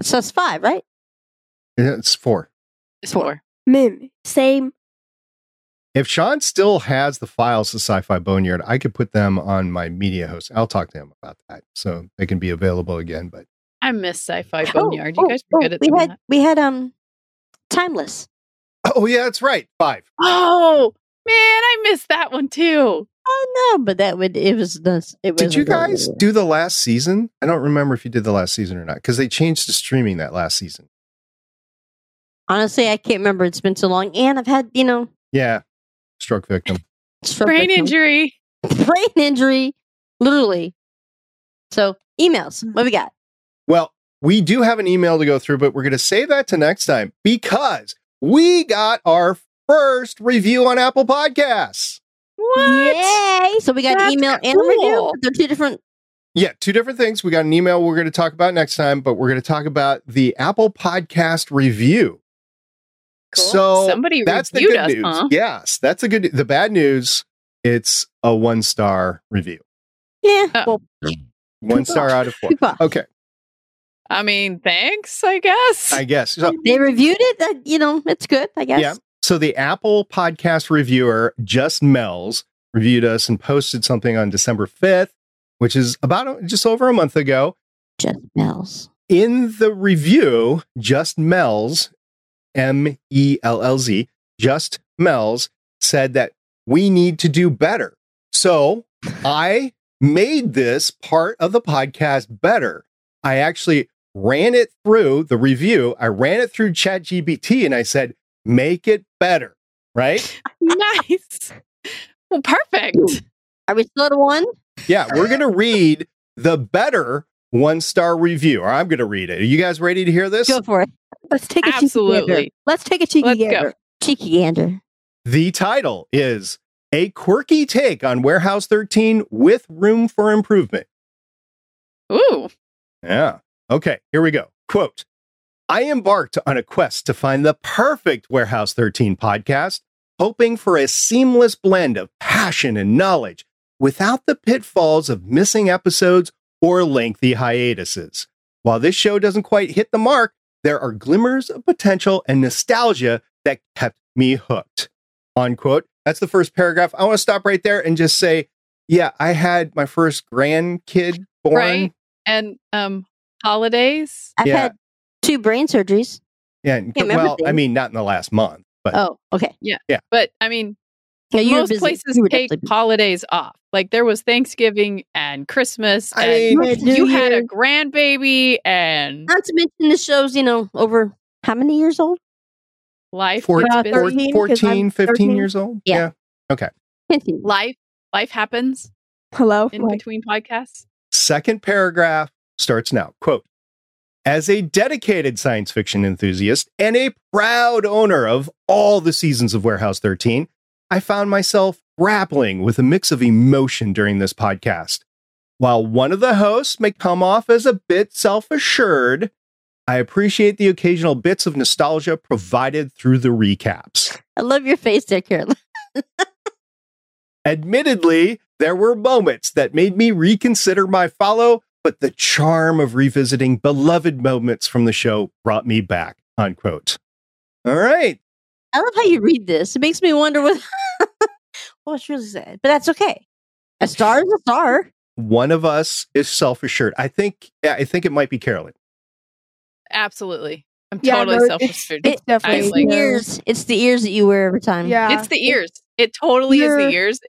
So it's five, right? Yeah, It's four. It's Four. four. Mim. Same. If Sean still has the files to Sci Fi Boneyard, I could put them on my media host. I'll talk to him about that so they can be available again. But I miss sci fi Oh, Boneyard. You oh, guys were oh, good at we doing had that. we had um timeless. oh, yeah, that's right. Five. Oh, man, I miss that one too. Oh no, but that would it was the it was Did you guys do the last season? I don't remember if you did the last season or not because they changed to streaming that last season. honestly I can't remember it's been so long and I've had, you know, Yeah. Stroke victim. stroke Brain or something. injury. brain injury, literally. So emails, what we got? Well, we do have an email to go through, but we're going to save that to next time because we got our first review on Apple Podcasts. What? Yay! So we got That's an email and a review. cool. They're two different. Yeah, two different things. We got an email we're going to talk about next time, but we're going to talk about the Apple Podcast review. Cool. So Somebody that's the reviewed good us, news. huh? Yes, that's the good. The bad news, it's a one star review, Yeah. Uh, well, one star out of four. people. Okay, I mean, thanks, I guess. I guess. So, They reviewed it. That you know, it's good. I guess. Yeah. So the Apple podcast reviewer, Just Mel's, reviewed us and posted something on December 5th, which is about just over a month ago. Just smells. In the review, Just Mel's, M E L L Z, Just Mel's said that we need to do better. So I made this part of the podcast better. I actually ran it through the review. I ran it through ChatGBT and I said, make it better. Right? nice. Well, perfect. Are we still at one? Yeah, we're going to read the better one star review, or I'm going to read it. Are you guys ready to hear this? Go for it. Let's take a cheeky Absolutely. gander. Let's take a cheeky Let's go. gander. Cheeky gander. The title is A quirky take on Warehouse 13 with room for improvement. Ooh. Yeah. Okay, here we go. Quote I embarked on a quest to find the perfect Warehouse 13 podcast, hoping for a seamless blend of passion and knowledge without the pitfalls of missing episodes or lengthy hiatuses. While this show doesn't quite hit the mark, there are glimmers of potential and nostalgia that kept me hooked. Unquote. That's the first paragraph. I want to stop right there and just say, yeah, I had my first grandkid born. Right. And um holidays. I've Yeah. had two brain surgeries. Yeah. and- Damn, well, I everything. mean, not in the last month, but Oh, okay. But I mean Yeah, you were most busy. places You were take definitely busy. holidays off. Like there was Thanksgiving and Christmas I and mean, You had New you had a Year's. grandbaby and Not to mention the show's, you know, over how many years old? life four- gets Uh, busy. four- 13, 'cause 14, I'm 15 13. years old. Yeah. Continue. life life happens Hello. in Like, between podcasts. Second paragraph starts now. Quote As a dedicated science fiction enthusiast and a proud owner of all the seasons of Warehouse 13, I found myself grappling with a mix of emotion during this podcast. While one of the hosts may come off as a bit self assured, I appreciate the occasional bits of nostalgia provided through the recaps. I love your face there, Carolyn. Admittedly, there were moments that made me reconsider my follow, but the charm of revisiting beloved moments from the show brought me back. Unquote. All right. I love how you read this. It makes me wonder what well, it's really sad. But that's okay. A star is a star. One of us is self assured. I think yeah, I think it might be Carolyn. Absolutely. I'm Yeah, totally no, it's- self-assured. it's definitely. It's like- the ears. It's the ears that you wear every time. Yeah. It's the ears. It totally is You're- the ears.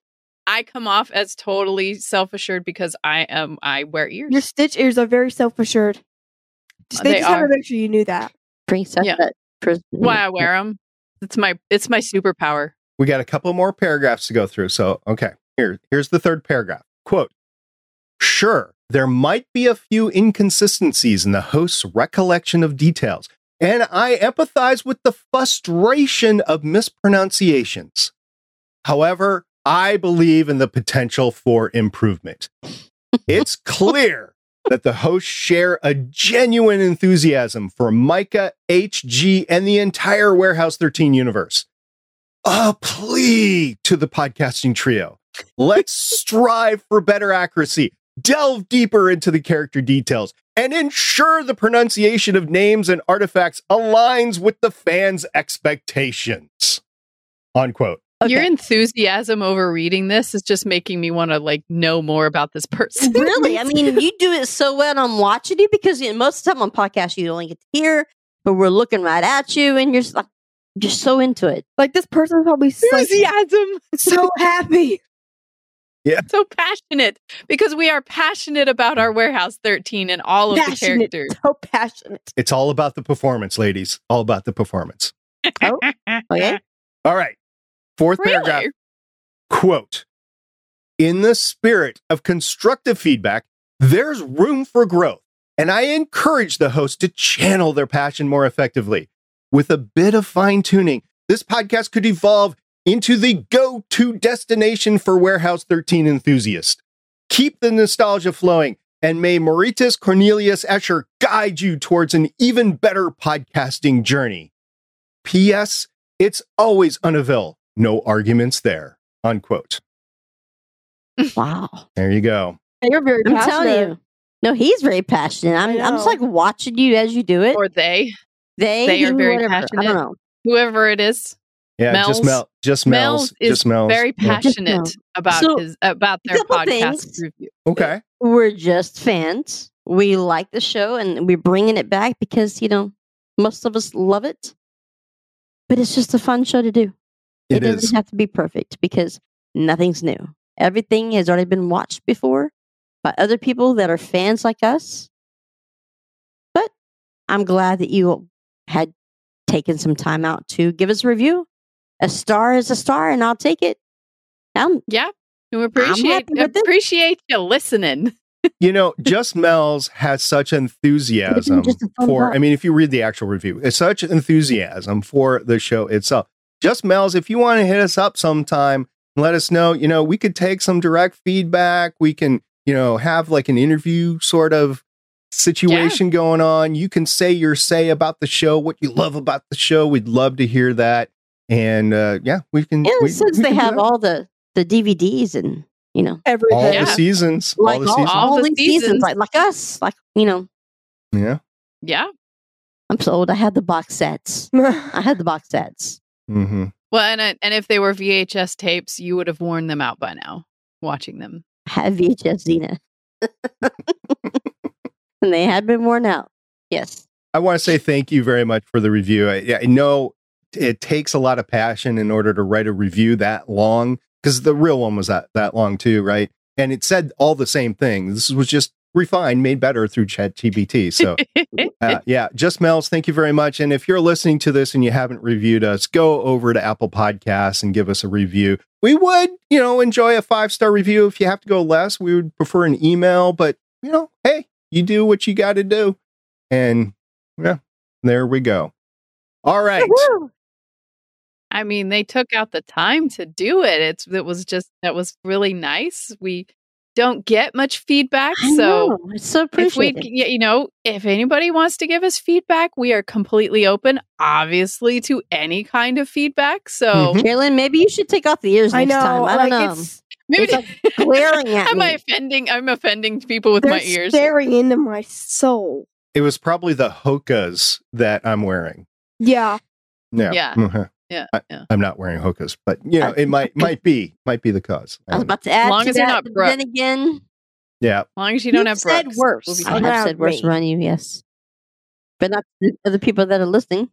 I come off as totally self-assured because I am I wear ears. Your stitch ears are very self assured. Just, they, They just had are. to make sure you knew that. Drinks up Yeah. that prison. Why I wear them? It's my it's my superpower. We got a couple more paragraphs to go through. So, okay, here, here's the third paragraph. Quote Sure, there might be a few inconsistencies in the host's recollection of details, and I empathize with the frustration of mispronunciations. However, I believe in the potential for improvement. It's clear that the hosts share a genuine enthusiasm for Micah, HG, and the entire Warehouse 13 universe a plea to the podcasting trio. Let's strive for better accuracy, delve deeper into the character details, and ensure the pronunciation of names and artifacts aligns with the fans' expectations. Unquote. Okay. Your enthusiasm over reading this is just making me want to like know more about this person. really, I mean, you do it so well. And I'm watching you because you know, most of the time on podcasts you only get to hear, but we're looking right at you, and you're just like, you're so into it. Like this person's probably like, enthusiasm, so happy. so passionate because we are passionate about our warehouse 13 and all of the Passionate. characters. So passionate. It's all about the performance, ladies. All about the performance. Oh, okay. All right. Fourth paragraph. Really? Quote In the spirit of constructive feedback, there's room for growth, and I encourage the host to channel their passion more effectively. With a bit of fine tuning, this podcast could evolve into the go to destination for Warehouse 13 enthusiasts. Keep the nostalgia flowing, and may Mauritius Cornelius Escher guide you towards an even better podcasting journey. P.S. It's always unavail. No arguments there. Unquote. Wow. There you go. You're very I'm passionate. telling you. No, he's very passionate. I'm, I'm just know. like watching you as you do it. Or they, they, they are he, very whatever. I passionate. don't know. whoever it is, Yeah, just Mel's- Mel. Just Mel's. Mel's is just Mel's. very Yeah. passionate Just about So, his about their couple podcast things. review. Okay. We're just fans. We like the show, and we're bringing it back because you know most of us love it. But it's just a fun show to do. It doesn't is. have to be perfect because nothing's new. Everything has already been watched before by other people that are fans like us. But I'm glad that you had taken some time out to give us a review. A star is a star, and I'll take it. Um, Yeah. We appreciate happy with it. appreciate you listening. You know, just Mel's has such enthusiasm Just a thumbs for. up. I mean, if you read the actual review, it's such enthusiasm for the show itself. Just Mel's. If you want to hit us up sometime let us know. You know, we could take some direct feedback. We can, you know, have like an interview sort of situation going on. You can say your say about the show, what you love about the show. We'd love to hear that. And uh, yeah, we can. Yeah, we- since we they can do have that. all the the DVDs and you know, Everything. all Yeah. the seasons, all like the all, seasons. all All the the seasons, seasons. like like us, like you know, yeah. Yeah. I'm so old. I had the box sets. I had the box sets. Mm-hmm. Well, and I- and if they were VHS tapes, you would have worn them out by now watching them. I had VHS Xena, and they had been worn out. Yes, I want to say thank you very much for the review. I, yeah, I know it takes a lot of passion in order to write a review that long because the real one was that that long too, right? And it said all the same things. This was just refined, made better through ChatGPT. So uh, yeah, just Mel's. Thank you very much. And if you're listening to this and you haven't reviewed us, go over to Apple Podcasts and give us a review. We would, you know, enjoy a five star review. If you have to go less, we would prefer an email. But you know, hey, you do what you got to do, and yeah, there we go. All right. Woo! I mean, they took out the time to do it. It's it was just that was really nice. We don't get much feedback, I so know. it's so if we, appreciated. y- you know, if anybody wants to give us feedback, we are completely open, obviously, to any kind of feedback. So Mhm. Carolyn, maybe you should take off the ears I next know. time. I don't like, know. It's, maybe It's like glaring at am I me. offending? I'm offending people with they're my ears. staring into my soul. It was probably the Hokas that I'm wearing. Yeah. Yeah. Yeah. Mhm. Yeah, I, yeah. am not wearing Hokas, but you know, Uh, it might might be might be the cause. I I don't was know. about to add As long to as you're that, not but Brooke. then again, yeah. As long as you don't You have said Brooks, worse. we'll be I fine. Around have said worse me. around you, yes. But not to the other people that are listening.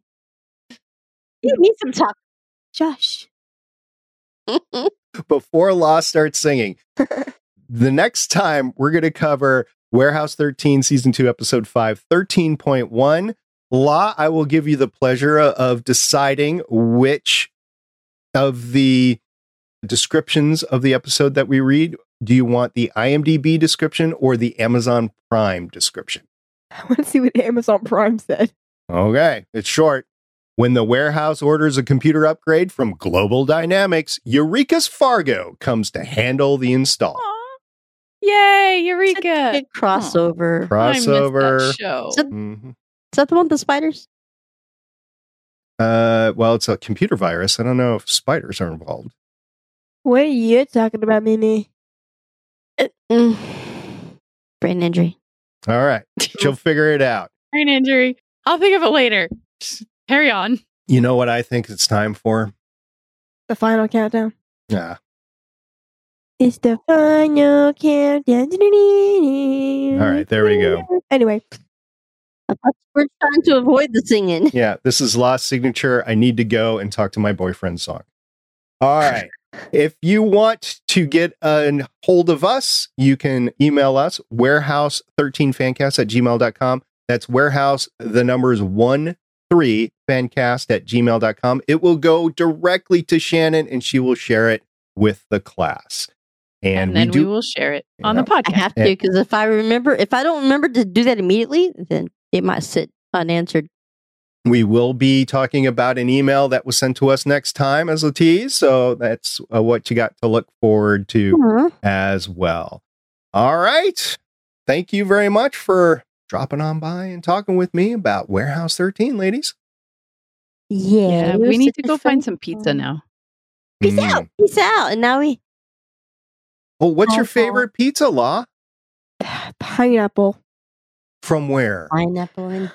Give me some talk. Josh. before Law starts singing. the next time we're going to cover Warehouse 13, Season 2, Episode 5, 13.1. Law, I will give you the pleasure of deciding which of the descriptions of the episode that we read. Do you want the IMDb description or the Amazon Prime description? I want to see what Amazon Prime said. Okay, it's short. When the warehouse orders a computer upgrade from Global Dynamics, Eureka's Fargo comes to handle the install. Aw. Yay, Such a Eureka! Good crossover. I miss that Crossover. show. So- Mhm. Is that the one with the spiders? Uh, well, it's a computer virus. I don't know if spiders are involved. What are you talking about, Mimi? Uh, mm. Brain injury. All right, she'll figure it out. Brain injury. I'll think of it later. Carry on. You know what I think it's time for? The final countdown. Yeah, It's the final countdown. All right, there we go. Anyway, We're trying to avoid the singing. yeah. This is Lost Signature. I need to go and talk to my boyfriend. Song. All right. if you want to get a hold of us, you can email us warehouse13fancast at gmail.com. That's warehouse, the numbers one three fancast at gmail.com. It will go directly to Shannon and she will share it with the class. And, And, then we we, do will share it on Yeah. the podcast. I have to Yeah. because if I remember, if I don't remember to do that immediately, then it might sit unanswered. We will be talking about an email that was sent to us next time as a tease. So that's uh, what you got to look forward to Aw. as well. All right. Thank you very much for dropping on by and talking with me about Warehouse 13, ladies. Yeah, yeah, you're we need such to a go find friend. some pizza now. Peace Mm. out. Peace out. And now we. Well, what's your Awesome. favorite pizza law? pineapple. From where? Pineapple and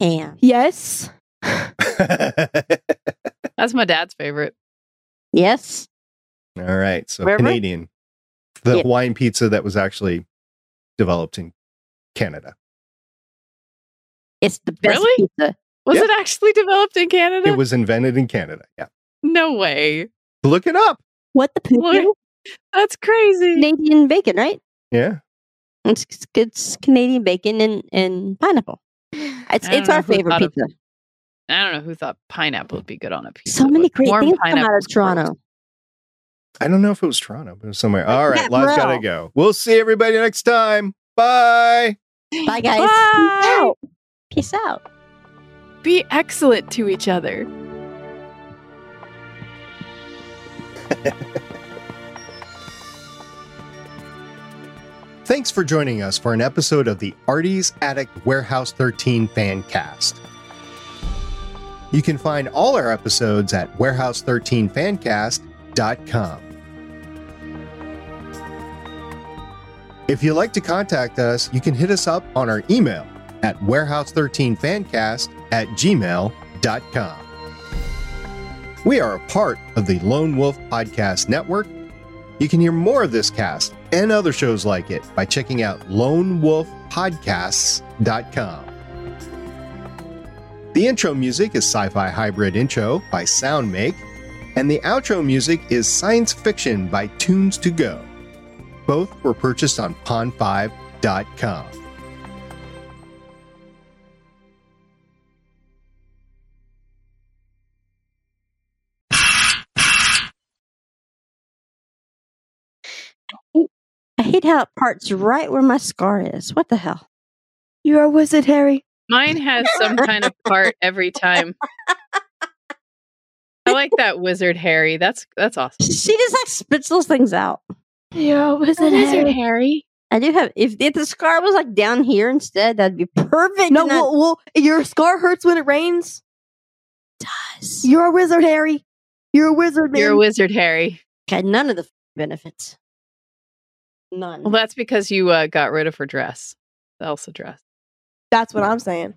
ham. Yes. That's my dad's favorite. Yes. All right. So Wherever? Canadian. The Yeah. Hawaiian pizza that was actually developed in Canada. It's the best Really? pizza. Was Yeah. it actually developed in Canada? Mm-hmm. It was invented in Canada. Yeah. no way. Look it up. What the poopy? Look. That's crazy. Canadian bacon, right? Yeah. It's, it's Canadian bacon and, and pineapple. It's I don't it's our know who favorite thought of- pizza. I don't know who thought pineapple would be good on a pizza. So many but great warm things come out pineapple's of gross. Toronto. I don't know if it was Toronto, but it was somewhere. All right. that Law's got to well. go. We'll see everybody next time. Bye. Bye, guys. Peace Bye. out. Peace out. Be excellent to each other. Thanks for joining us for an episode of the Artie's Attic Warehouse 13 Fancast. You can find all our episodes at warehouse13fancast.com. If you'd like to contact us, you can hit us up on our email at warehouse13fancast at gmail.com. We are a part of the Lone Wolf Podcast Network. You can hear more of this cast and other shows like it by checking out lonewolfpodcasts.com. The intro music is Sci Fi Hybrid Intro by Soundmake, and the outro music is Science Fiction by Tunes2Go. Both were purchased on pond5.com. I hate how it parts right where my scar is. What the hell? You're a wizard, Harry. Mine has some kind of part every time. I like that wizard Harry. That's that's awesome. She just like spits those things out. You're a wizard, Harry. Harry? I do have if, if the scar was like down here instead, that'd be perfect. No, and I- well, well, your scar hurts when it rains. does. You're a wizard, Harry. You're a wizard, man. You're a wizard Harry. Got none of the benefits. None. Well, that's because you uh, got rid of her dress, the Elsa dress. That's what I'm saying.